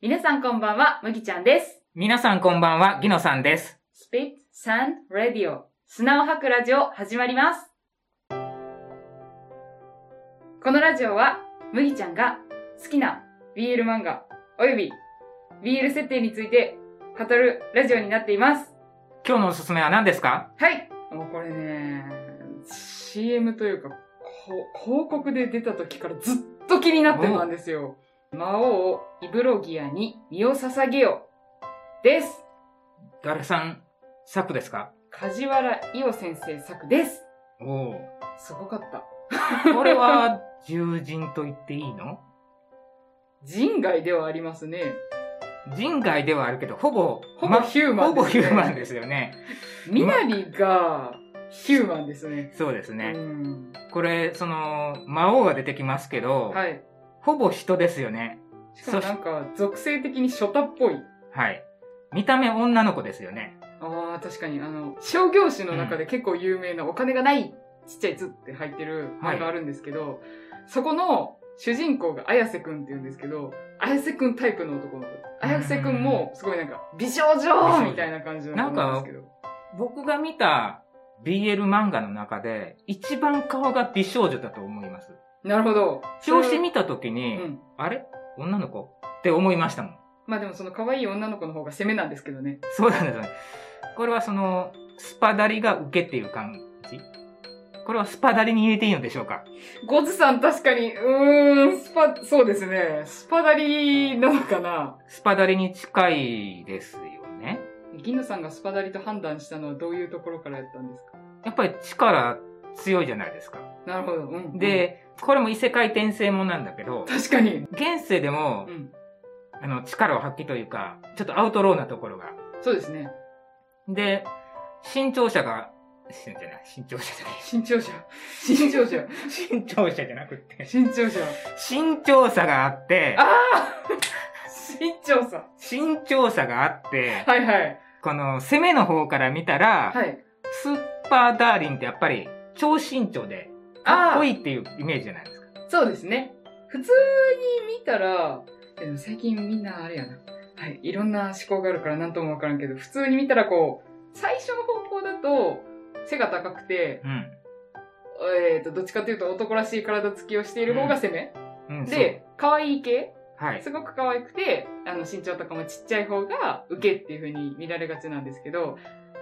皆さんこんばんは、むぎちゃんです。皆さんこんばんは、ギノさんです。スピッツ・サン・レディオ、砂を吐くラジオ始まります。このラジオは、むぎちゃんが好きな BL 漫画、および BL 設定について語るラジオになっています。今日のおすすめは何ですかはい。もうこれね、CM というか、こ広告で出た時からずっと気になってたんですよ。魔王イブロギアに身を捧げよです。誰さん作ですか梶原伊代先生作です。おお。すごかった。これは、獣人と言っていいの人外ではありますね。人外ではあるけど、ほぼ、ほぼヒューマほンでぼす、ヒね。ューマンですよね。みなりがヒューマンですね。そうですうね。ん。これ、その、魔王が出てきますけど、はい。ほぼ人ですよね。しかもなんか、属性的にショタっぽい。はい。見た目女の子ですよね。ああ、確かに、あの、商業誌の中で結構有名なお金がないちっちゃい図って入ってる漫画あるんですけど、そこの主人公が綾瀬くんって言うんですけど、綾瀬くんタイプの男の子。綾瀬くんもすごいなんか、美少女みたいな感じの子なんですけど。僕が見た BL 漫画の中で、一番顔が美少女だと思います。なるほど。表紙見た時に、うん。あれ女の子って思いましたもん。まあでもその可愛い女の子の方が攻めなんですけどね。そうなんですよね。これはその、スパダリが受けっていう感じこれはスパダリに入れていいのでしょうかゴズさん確かに、うーん、スパ、そうですね。スパダリなのかなスパダリに近いですよね。銀野さんがスパダリと判断したのはどういうところからやったんですかやっぱり力強いじゃないですか。なるほど。うん。で、これも異世界転生もんなんだけど、確かに。現世でも、うん。あの、力を発揮というか、ちょっとアウトローなところが。そうですね。で、新潮社が、新じゃない、新潮社じゃない。新潮 社。新潮社。新潮社じゃなくって、新潮社。新潮社があって、ああ 新潮社。新潮社があって、はいはい。この攻めの方から見たら、はい。スーパーダーリンってやっぱり超身長でかっこいいっていうイメージじゃないですか。そうですね。普通に見たら、でも最近みんなあれやな。はい。いろんな思考があるから何ともわからんけど、普通に見たらこう、最初の方向だと、背が高くて、えっ、と、どっちかというと男らしい体つきをしている方が攻め。うん。うん、で、可愛い系そう、はい。すごく可愛くて、あの、身長とかもちっちゃい方が受けっていう風に見られがちなんですけど、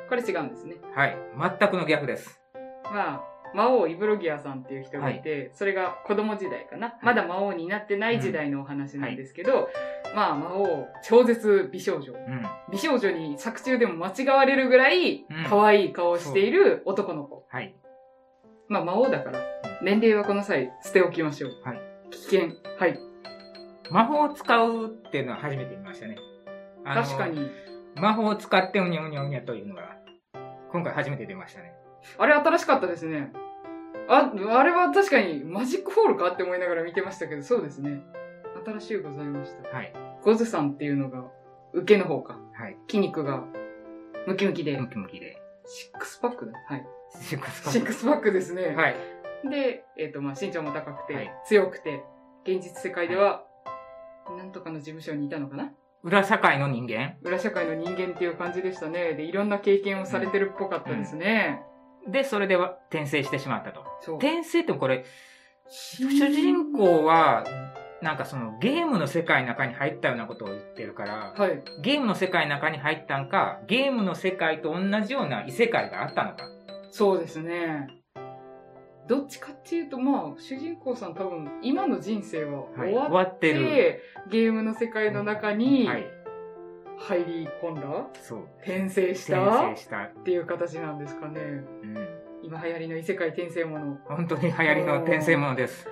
これ違うんですね。はい。全くの逆です。まあ、魔王イブロギアさんっていう人がいて、それが子供時代かな。まだ魔王になってない時代のお話なんですけど、まあ、魔王、超絶美少女。うん。美少女に作中でも間違われるぐらいうん、可愛い顔をしている男の子。はい。まあ、魔王だから、年齢はこの際捨ておきましょう。はい危険。はい。魔法を使うっていうのは初めて見ましたね。あの確か。に。魔法を使ってうにゃうにゃうにゃというのが、今回初めて出ましたね。あれ新しかったですね。あ、あれは確かにマジックホールかって思いながら見てましたけど、そうですね。新しいございました。はい。ゴズさんっていうのが、受けの方か。はい。筋肉が、ムキムキでム、キムキで。シックスパックだ。はい。シックスパシッッククスパックですね。はい。で、えっ、と、まあ、身長も高くて、はい強くて、現実世界では、なんとかの事務所にいたのかな裏社会の人間裏社会の人間っていう感じでしたね。で、いろんな経験をされてるっぽかったですね。で、それでは転生してしまったと。そう。転生ってこれ、主主人公は、なんかそのゲームの世界の中に入ったようなことを言ってるから、はい。ゲームの世界の中に入ったんか、ゲームの世界と同じような異世界があったのか。そうですね。どっちかっていうと、まあ、主人公さん多分、今の人生ははい終わ終っ、わっててる。ゲームの世界の中にはい。入り込んだ、そう。転生した転生した。っていう形なんですかね。うん。今流行りの異世界転生もの。本当に流行りの転生ものです。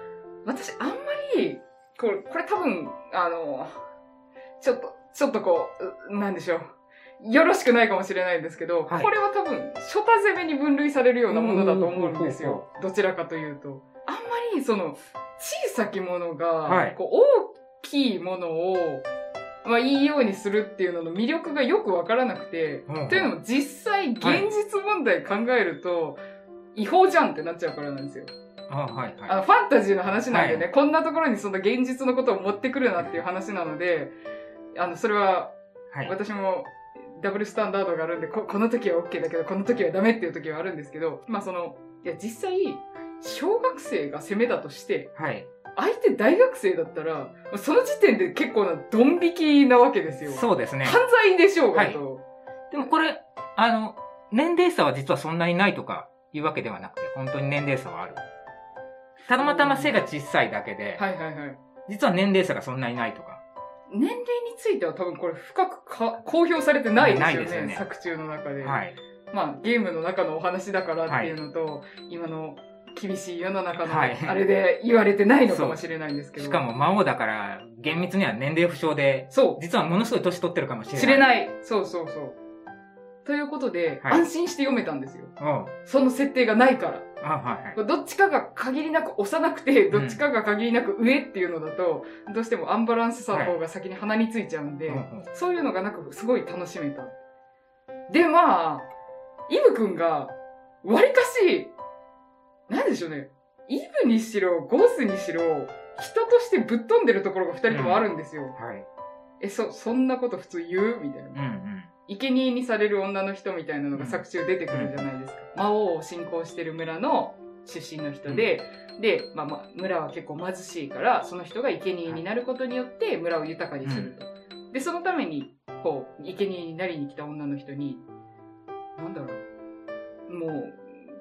私、あんまり、これ、これ多分、あの、ちょっと、ちょっとこうう、なんでしょう。よろしくないかもしれないんですけど、はいこれは多分、初太攻めに分類されるようなものだと思うんですうんうんうんよ。どちらかというと。あんまり、その、小さきものが、はいこう大きいものを、まあ、いいようにするっていうのの魅力がよくわからなくて、うんうんというのも実際、現実問題考えると、違法じゃんってなっちゃうからなんですよ。あはいあはの、ファンタジーの話なんでね、はこんなところにその現実のことを持ってくるなっていう話なので、あの、それは、はい。私もダブルスタンダードがあるんでここの時は OK だけどこの時はダメっていう時はあるんですけどまあそのいや実際小学生が攻めだとしてはい。相手大学生だったらその時点で結構なドン引きなわけですよそうですね。犯罪でしょうがと、でもこれ、あの、年齢差は実はそんなにないとかいうわけではなくて、本当に年齢差はある。たまたま背が小さいだけで、はい、はいはい実は年齢差がそんなにないとか。年齢については多分これ深くか公表されてないですなよいねですよね作中の中で、はい。まあゲームの中のお話だからっていうのと、今の厳しい世の中のはいあれで言われてないのかもしれないんですけど、しかも魔王だから、厳密には年齢不詳で、そう実はものすごい年取ってるかもしれない。知れない。そうそうそう。ということで、はい安心して読めたんですよ。うん。あ、その設定がないから。はいはい。どっちかが限りなく幼くて、どっちかが限りなく上っていうのだと、どうしてもアンバランスさの方が先に鼻についちゃうんで、うんうんそういうのがなくすごい楽しめた。で、まあ、イブくんが、わりかし、なんでしょうね。イブにしろ、ゴースにしろ、人としてぶっ飛んでるところが二人ともあるんですよ。はい。え、そ、そんなこと普通言うみたいな。うんうん。生贄にされる女の人みたいなのが作中出てくるじゃないですか。魔王を信仰してる村の出身の人で、で、まあまあ、村は結構貧しいから、その人が生贄になることによって村を豊かにすると。で、そのために、こう、生贄になりに来た女の人に、なんだろう、もう、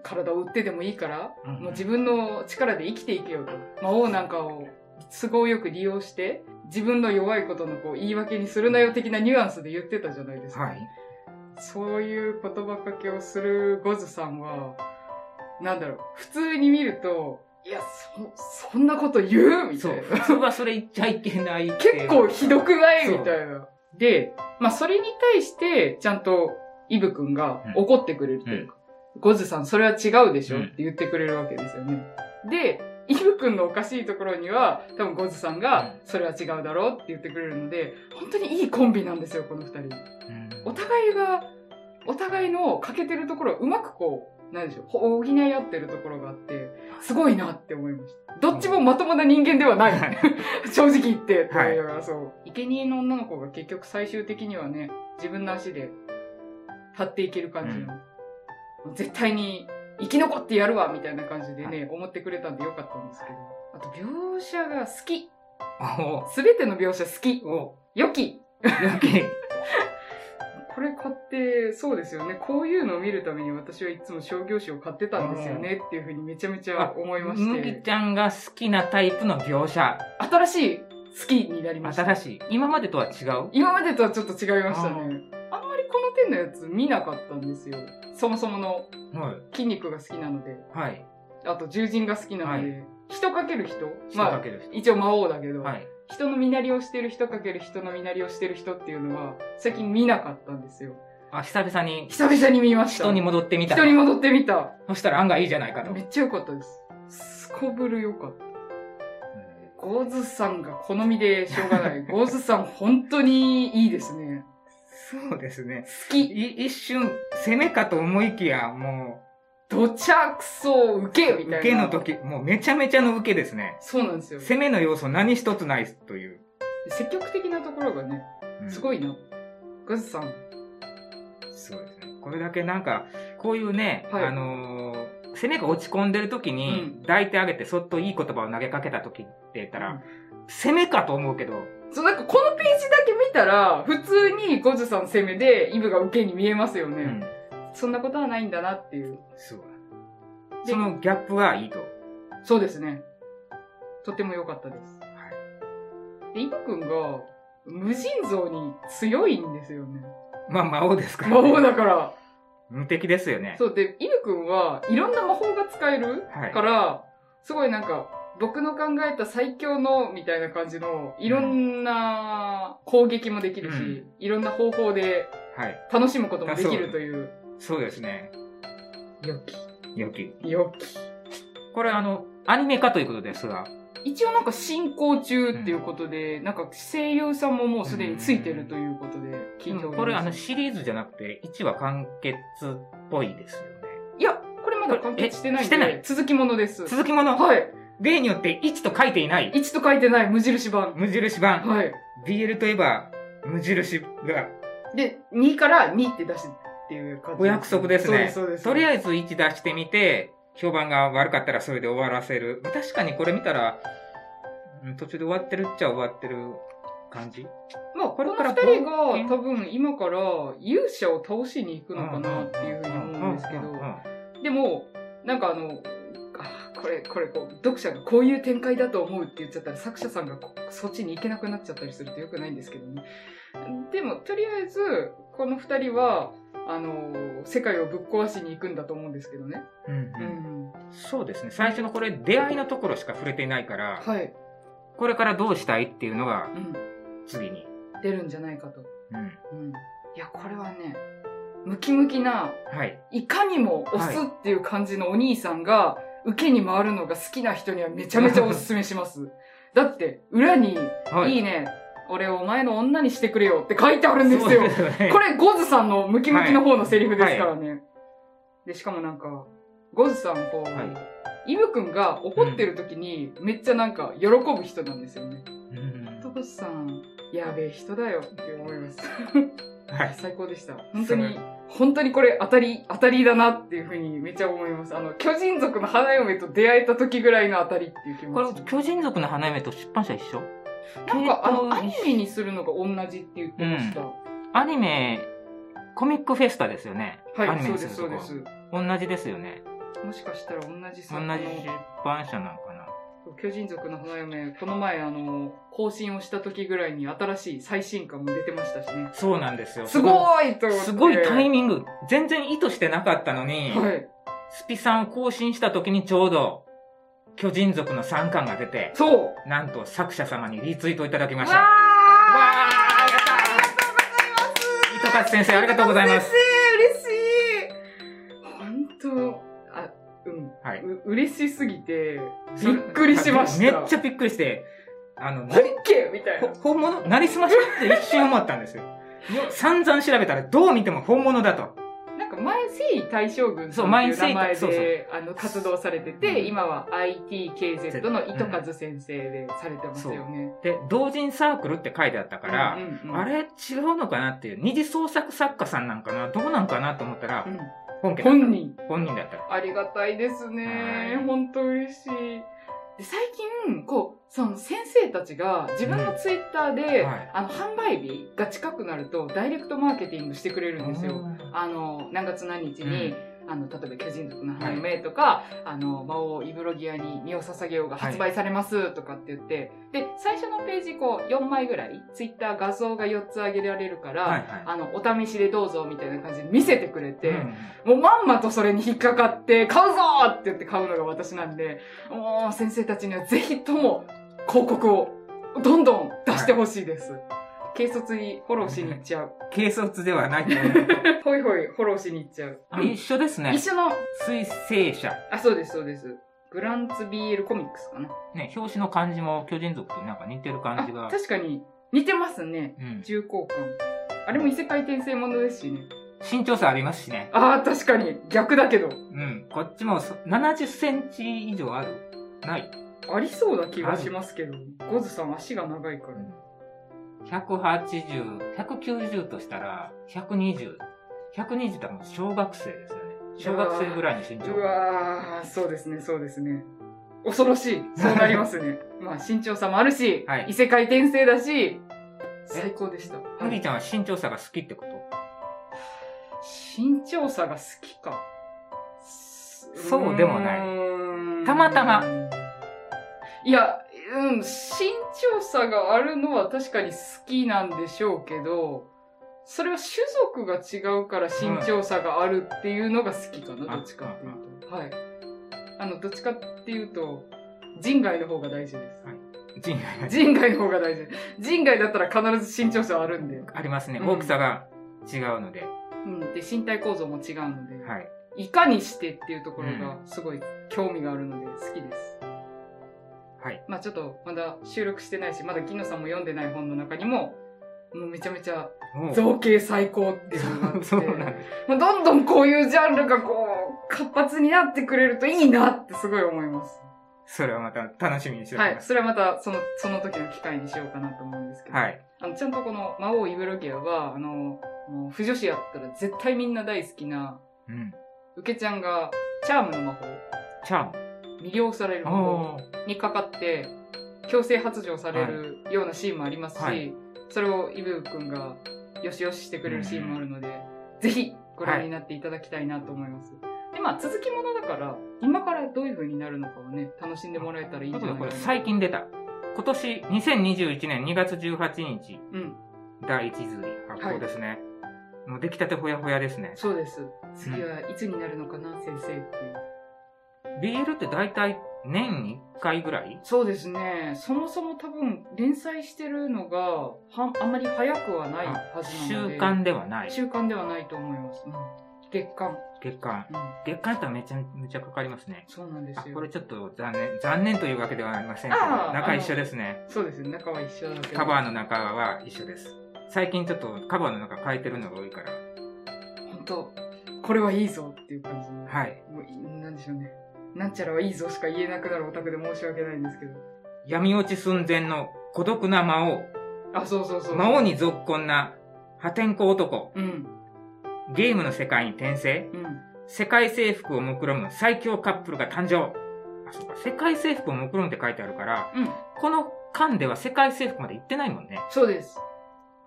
体を売ってでもいいから、うんうんもう自分の力で生きていけよと。魔王なんかを都合よく利用して、自分の弱いことのこう言い訳にするなよ的なニュアンスで言ってたじゃないですか。はい。そういう言葉かけをするゴズさんは、なんだろう、普通に見ると、いや、そ、そんなこと言うみたそ。いうな。普通はそれ言っちゃいけないってい結う構ひどくないそうみたいな。で、まあそれに対して、ちゃんとイブくんが怒ってくれるというか、ゴズさんそれは違うでしょうっんて言ってくれるわけですよね。で、イブくんのおかしいところには、多分ゴズさんがうん、それは違うだろうって言ってくれるので、本当にいいコンビなんですよ、この二人。うんお互いが、お互いの欠けてるところをうまくこう、なんでしょう、ほ補い合ってるところがあって、すごいなって思いました。どっちもまともな人間ではない。 正直言って。はいだからそう。生贄の女の子が結局最終的にはね、自分の足で立っていける感じの、絶対に生き残ってやるわみたいな感じでね、思ってくれたんでよかったんですけど。あと、描写が好き。おすべての描写好き。お良き。余計。これ買って、そうですよね。こういうのを見るために私はいつも商業誌を買ってたんですよねっていうふうにめちゃめちゃ思いまし 麦て。ちゃんが好きなタイプの描写。新しい好きになりました。新しい。今までとは違う今までとはちょっと違いましたね。あんまりこの手のやつ見なかったんですよ。そもそものは筋肉が好きなので、い。はい。あと獣人が好きなので、人かける人人まかあ、ける人。一応魔王だけど、はい。人の身なりをしてる人かける人の身なりをしてる人っていうのは、最近見なかったんですよ。あ、久々に久々に見ました。人に戻ってみた。人に戻ってみた。そしたら案外いいじゃないかと。めっちゃ良かったです。すこぶる良かった。ゴーズさんが好みでしょうが ない。ゴーズさん本当にいいですね。そうですね。好き。い一瞬、攻めかと思いきや、もどちゃくそ受けう、みたいな。受けの。時、もうめちゃめちゃの受けですね。そうなんですよ。攻めの要素何一つないという。積極的なところがね、うんすごいな。ゴーズさん。すごいですね。これだけなんか、こういうね、はいあのー攻めが落ち込んでる時うにん、抱いてあげて、そっといい言葉を投げかけた時って言ったら、攻めかと思うけど、そう、なんかこのページだけ見たら、普通にゴーズさん攻めで、イブが受けに見えますようね。ん、そんなことはないんだなっていう。すごい。でそのギャップはいいと。そうですね。とても良かったです。で、イブくんが、無尽蔵に強いんですよね。まあ、魔王ですから、魔法だから。無敵ですよね。そう、で、イブくんはいろんな魔法が使えるはいから、すごいなんか、僕の考えた最強の、みたいな感じの、いろんな攻撃もできるし、うんいろんな方法ではい。楽しむこともできあそるうという。そうですね。良き。良き。良き。これあの、アニメ化ということですが。一応なんか進行中っていうことで、なんか声優さんももうすでについてるということで聞いております。これあの、シリーズじゃなくて、1話完結っぽいですよね。いや、これまだ完結してないんで、えしてない続きものです。続きもの、はい。例によって1と書いていない、 1と書いてない無印版。無印版、はい。 BL といえば、無印が。で、2から2って出してっていう感じ。お約束ですそうねです、そうです。とりあええず1出してみて、評判が悪かったらそれで終わらせる。まあ確かにこれ見たら、うん途中で終わってるっちゃ終わってる感じ。ず。まあ、ここれのから2人が多分今から勇者を倒しに行くのかなっていうふうに思うんですけうううどう、んでも、なんかあの、あこれ、これこう、読者がこういう展開だと思うって言っちゃったら、作者さんがこそっちに行けなくなっちゃったりすると良くないんですけどね。でも、とりあえず、この二人は、あの、世界をぶっ壊しに行くんだと思うんですけどね。うんううんん。そうですね。最初のこれ出会いのところしか触れていないから、はい。これからどうしたいっていうのがうん。次に。出るんじゃないかと。うん。うん。いや、これはね、ムキムキな、はい。いかにも押すっていう感じのお兄さんが、受けに回るのが好きな人にはめちゃめちゃおすすめし ます。だって、裏に、、はいいね、俺をお前の女にしてくれよって書いてあるんですよ。そうね これ、ゴズさんのムキムキの方のセリフですからね。で、しかもなんか、ゴズさん、こう、はイムくんが怒ってる時に、めっちゃなんか、喜ぶ人なんですよね。うんトコスさん、やべえ人だよって思います。はい。最高でした。本当そに、本当にこれ当たり、当たりだなっていうふうにめっちゃ思います。あの、巨人族の花嫁と出会えた時ぐらいの当たりっていう気こ持れち。、巨人族の花嫁と出版社一緒なんか、あ系の、統アニメにするのが同じって言ってました。アニメ、コミックフェスタですよね。アはニい、メそうにです、るそとうでこす。同じですよね。もしかしたら同じ同作じの出版社なのかな。巨人族の花嫁、この前、あの、更新をした時ぐらいに新しい最新刊も出てましたしね。そうなんですよ。すごいと思って。すごいタイミミング。全然意図してなかったのに、はい。スピさんを更新した時にちょうど、巨人族の3巻が出て、そうなんと作者様にリツイートいただきまわしーた。ああやったり糸勝先生、ありがとがとうごうござざいいまますす。嬉しい本当あうんはいう嬉しすぎてびっくりしましためっちゃびっくりして、あの、な本り、家みたいほな本物なりすましって一瞬思ったんですよ。散々調べたらどう見ても本物だと。なんか前征夷大将軍っていそうう名前前征夷でそうそうあの活動されてて、うん今は ITKZ の糸数先生でされてますよね、で、同人サークルって書いてあったから、うんうんうんあれ違うのかなっていう、二次創作作家さんなんかなどうなんかなと思ったらう、ん本家だった本人本人だった。ありがたいですねはい。本当嬉しい。で最近、こう、その先生たちが自分のツイッターで、うんはいあの、販売日が近くなると、ダイレクトマーケティングしてくれるんですよ。あの、何月何日に、あの、例えば巨人族の花嫁とか、あの、魔王イブロギアに身を捧げようが発売されますとかって言って、で、最初のページこう、4枚ぐらい、ツイッター画像が4つ上げられるから、はいはあの、お試しでどうぞみたいな感じで見せてくれい。て、うんもうまんまとそれに引っかかって、買うぞーって言って買うのが私なんで、もう先生たちにはぜひとも広告をどんどん出してほしいです。軽率にフォローしに行っちゃう。軽率ではないと思う ほいほいフォローしに行っちゃう。あ一緒ですね。一緒の、水星者。あ、そうです、そうです。グランツ BL コミックスかな。ね、表紙の漢字も巨人族となんか似てる感あじが。、確かに似てますね。うん。重厚感。あれも異世界転生ものですしね。身長差ありますしね。ああ、確かに逆だけど。うん。こっちもそ70センチ以上あるない。ありそうな気がしますけど。ゴズさん足が長いから。 180、190としたら、120。120ってもう小学生ですよね。小学生ぐらいの身長う。わー、そうですね、そうですね。恐ろしい。そうなります ね。まあ、身長差もあるし、はい異世界転生だし、最高でした。ふはりいちゃんは身長差が好きってこと身長差が好きか。そうでもないうーんたまたま。いや、うん、身長差があるのは確かに好きなんでしょうけど、それは種族が違うから身長差があるっていうのが好きかな、あどっちかっていうと。はい。あの、どっちかっていうと、人外の方が大事です。人類が人外の方が大事。人外だったら必ず身長差あるんで。ありますね。うん大きさが違うので。うん。で、身体構造も違うので。はい。いかにしてっていうところがすごい興味があるので好きです。はい。まあちょっとまだ収録してないし、まだギノさんも読んでない本の中にも、もうめちゃめちゃもう造形最高っていうのがあって、 そうなんです。もうどんどんこういうジャンルがこう活発になってくれるといいなってすごい思います。それはまた楽しみにしておはりいま。す。それはまた、その、その時の機会にしようかなと思うんですけど。はい。あの、ちゃんとこの、魔王イブロギアは、あの、もう、不女子やったら絶対みんな大好きな、うん。ウケちゃんが、チャームの魔法、チャーム。魅了される魔法おーにかかって、強制発情されるようなシーンもありますし、はいそれをイブくんが、よしよししてくれるシーンもあるので、ぜひ、ご覧になっていただきたいなと思います。で、まあ、続きものだから、今からどういう風になるのかをね、楽しんでもらえたらいいんあじとゃないでこかれな。最近出た。今年2021年2月18日、うん、第一釣り発行ですね。もう出来たてほやほやですね。そうです。次はいつになるのかな、先生っていう。 BL って大体年に1回ぐらいそうですね。そもそも多分、連載してるのが、はあんまり早くはないはずなの週で。間ではない。週間ではないと思います。うん月間。月間。うん。月間やったらめちゃめちゃかかりますね。そうなんであすよ。これちょっと残念。残念というわけではありませんけどあー、中一緒ですね。そうですね。中は一緒だけど。カバーの中は一緒です。最近ちょっとカバーの中変えてるのが多いから。本当これはいいぞっていう感じの。はい。もういなんでしょうね。なんちゃらはいいぞしか言えなくなるオタクで申し訳ないんですけど。闇落ち寸前の孤独な魔王。あ、そうそうそうそう。魔王。にぞっこんな破天荒男。うん。ゲームの世界に転生。うん。世界征服を目論む最強カップルが誕生。あ、そうか。世界征服を目論むって書いてあるから、うん。この間では世界征服まで行ってないもんね。そうです。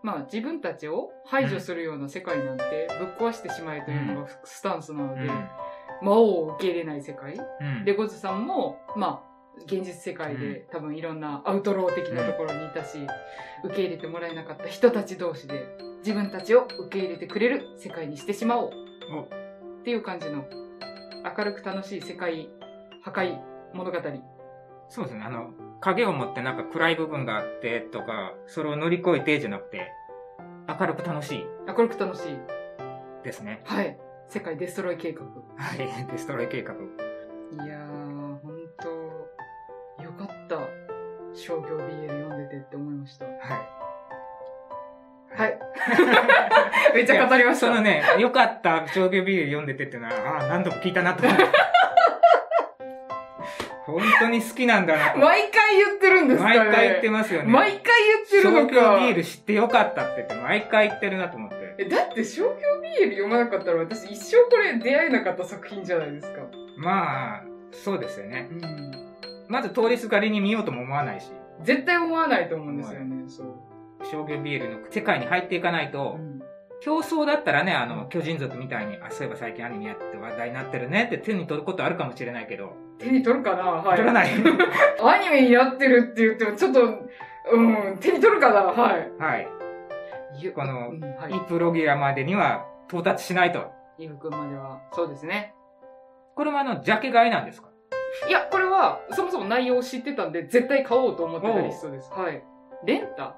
まあ自分たちを排除するような世界なんてぶっ壊してしまえというのがスタンスなのうで、ん。魔王を受け入れない世界。うん。で、ゴズさんも、まあ、現実世界で、う多分いろんなアウトロー的なところにいたし、受け入れてもらえなかった人たち同士で自分たちを受け入れてくれる世界にしてしまおうおっていう感じの明るく楽しい世界破壊物語。そうですね。あの、影を持ってなんか暗い部分があってとか、それを乗り越えてじゃなくて、明るく楽しい明るく楽しい。ですね。はい。世界デストロイ計画。はい。 デストロイ計画。いやー、ほんと、よかった。商業 BL 読んでてって思いました。はい。はい。 めっちゃ語りました。そのね、良かった商業ビール読んでてってのは、ああ、何度も聞いた なと思って。本当に好きなんだなと。毎回言ってるんですかね毎回言ってますよね。毎回言ってるの商業ビーか。ル知ってよかったって言って、毎回言ってるなと思って。えだって商業ビール読まなかったら私一生これ出会えなかった作品じゃないですか。まあ、そうですよね。うん。まず通りすがりに見ようとも思わないし、絶対思わないと思うんですよね、そう。商業ビールの世界に入っていかないと、うん競争だったらね、あの、巨人族みたいに、あ、そういえば最近アニメやって話題になってるねって手に取ることあるかもしれないけど、手に取るかなはい。取 らない。アニメになってるって言ってもちょっと、うん、手に取るかなはい。はい。ゆこのうん、はいイ。プロギアまでには到達しないと。ゆうくんまでは。そうですね。これもあの、ジャケ買いなんですかいや、これは、そもそも内容を知ってたんで、絶対買おうと思ってたリストです。はい。レンタ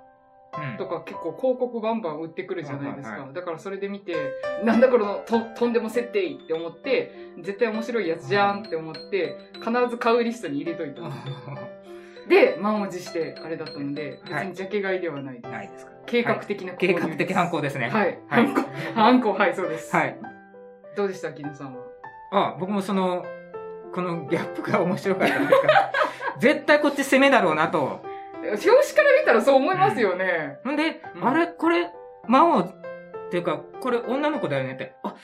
うんとか結構広告バンバン売ってくるじゃないですはいはか。だからそれで見て、なんだこのととんでも設定って思って、絶対面白いやつじゃんって思って、必ず買うリストに入れといたんです。で、満を持してあれだったので、別はいにジャケ買いではない。 ないですか計画的な購入計です画的犯行ですね。はい。はい犯行。犯行、はい、そうです。はい。どうでした、キノさんは。あ、僕もその、このギャップが面白かったんです から、絶対こっち攻めだろうなと。表紙から見たらそう思いますよね。んで、うんあれこれ、魔王っていうか、これ女の子だよねって、あ、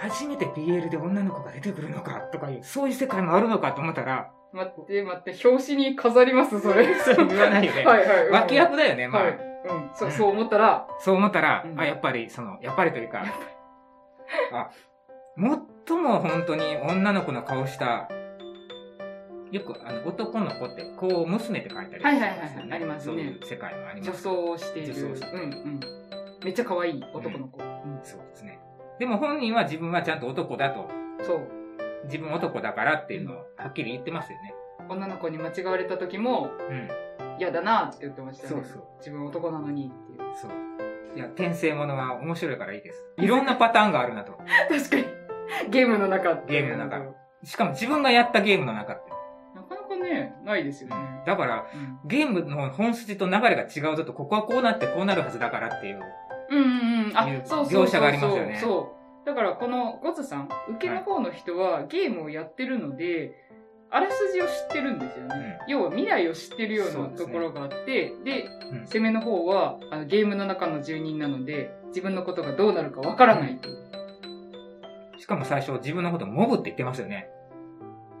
初めて BL で女の子が出てくるのかとかいう、そういう世界もあるのかと思ったら、待って、待って、表紙に飾ります、それ。 それ言わないよ ね。はいはい。うん 脇役だよね、まあ。はい。うん。そう、そう思ったら、そう思ったら、うんあ、やっぱり、その、やっぱりというか、あ、最も本当に女の子の顔した、よく、あの、男の子って、こう、娘って書いてあるはいはいはいはいありますねそういう世界もあり女ます。装をしている。女装をしているうんうん。めっちゃ可愛い男の子。そうですね。でも本人は自分はちゃんと男だと、そう。自分男だからっていうのをはっきり言ってますよね。女の子に間違われた時も、うん。嫌だなって言ってましたよね。そうそう自分男なのにっていう。そう。いや、転生ものは面白いからい いです。いろんなパターンがあるなと。確かに。ゲームの中ってゲームの中なしかも自分がやったゲームの中って。かなかね、ないですよね。だから、ゲームの本筋と流れが違うぞと、ここはこうなってこうなるはずだからっていう。うん、うん、うんうん。あいう、そうそうそうそう。描写がありますよねそう。だからこのゴズさん、受けの方の人はゲームをやってるので、あらすじを知ってるんですよね、要は未来を知ってるようそうなですとねころがあってでうん攻めの方はあのゲームの中の住人なので自分のことがどうなるかわからないっていうしかも最初自分のことモブって言ってますよね。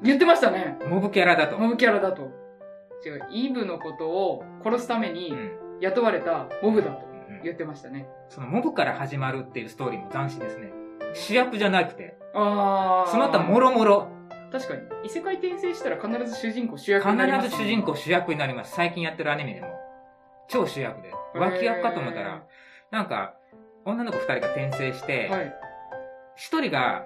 言ってましたねモブキャラだと。モブキャラだと違うイブのことを殺すためにうん雇われたモブだとうん言ってましたねそのモブから始まるっていうストーリーも斬新ですね。主役じゃなくて、ああその他もろもろ、確かに異世界転生したら必ず主人公主役になります、ね、必ず主人公主役になります。最近やってるアニメでも。超主役で。脇役かと思ったら、なんか、女の子二人が転生しへてー、はい一、人が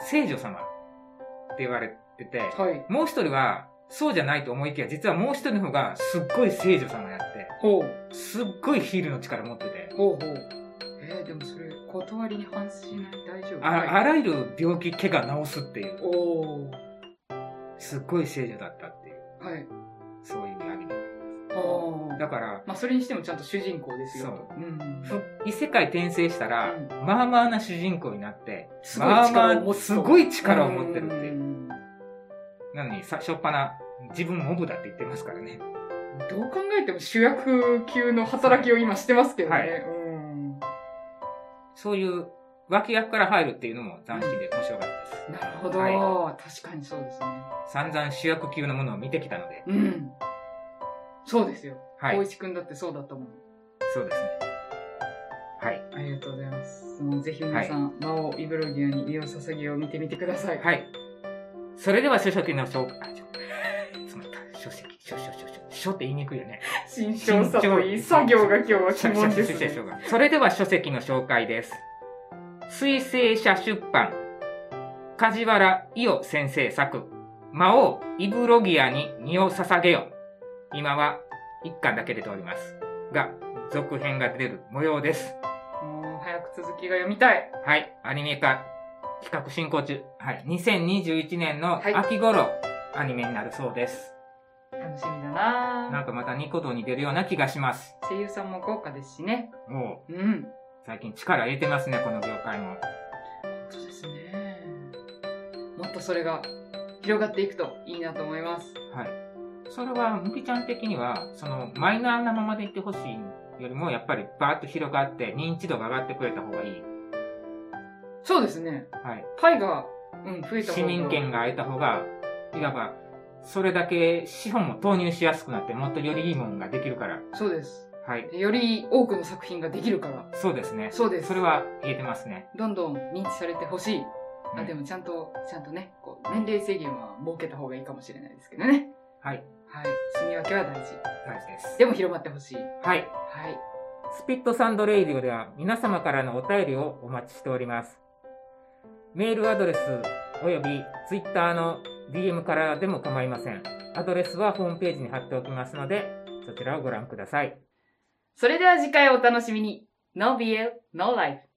聖女様って言われてて、はいもう一人はそうじゃないと思いきや、実はもう一人の方がすっごい聖女様やって、ほうすっごいヒールの力持ってて、ほうほうえー、でもそれ断りに反しない大丈夫あはいあらゆる病気、怪我治すっていう、おおすっごい聖女だったっていう、はいそういうアニメ。あだあから、まあそれにしてもちゃんと主人公ですよそうとうんふ異世界転生したら、うんまあまあな主人公になって、すごいまあま力を持あ、つすごい力を持ってるっていうう。んなのに、さ、しょっぱな、自分モブだって言ってますからね。どう考えても主役級の働きを今してますけどね、はいうんそういう、脇役から入るっていうのも斬新で面白かったでなるほど、は確かにそうですねす。散々主役級のものを見てきたので、うんそうですよは光、い。一くんだってそうだったもんそうですね。はい。ありがとうございます。もうぜひ皆さん、魔王イブロギアに身を注ぎを見てみてください。はい。それでは書籍の紹介、あ、ちょ、つまった。書籍、書、書、書、書、書って言いにくいよね。慎重さといい作業が今日は鬼門です、書書ね書書。書それでは書籍の紹介です。水星社出版、梶原伊代先生作、魔王イブロギアに身を捧げよ。今は一巻だけ出ております。が、続編が出る模様です。もう早く続きが読みたい。はい、アニメ化企画進行中。はい、2021年のはい秋頃、アニメになるそうです。楽しみだななんかまたニコ動に出るような気がします。声優さんも豪華ですしね。もう、うん。最近力入れてますね、この業界も。そうですね。もっとそれが広がっていくといいなと思います。はい。それは、むきちゃん的には、その、マイナーなままでいってほしいよりも、やっぱりバーッと広がって、認知度が上がってくれた方がいい。そうですね。はい。パイが、うん、増えた方市が民権が空いた方が、いわば、それだけ資本も投入しやすくなって、もっとよりいいものができるから。そうです。はい。でより多くの作品ができるから。そうですね。そうです。それは言えてますね。どんどん認知されてほしい。うあんでもちゃんと、ちゃんとね、こう年齢制限は設けた方がいいかもしれないですけどね。はい。はい。住み分けは大事。大事です。でも広まってほしい。ははい。い。スピットサンドレイディオでは皆様からのお便りをお待ちしております。メールアドレスおよびツイッターの DM からでも構いません。アドレスはホームページに貼っておきますので、そちらをご覧ください。それでは次回お楽しみに。No BL, No Life.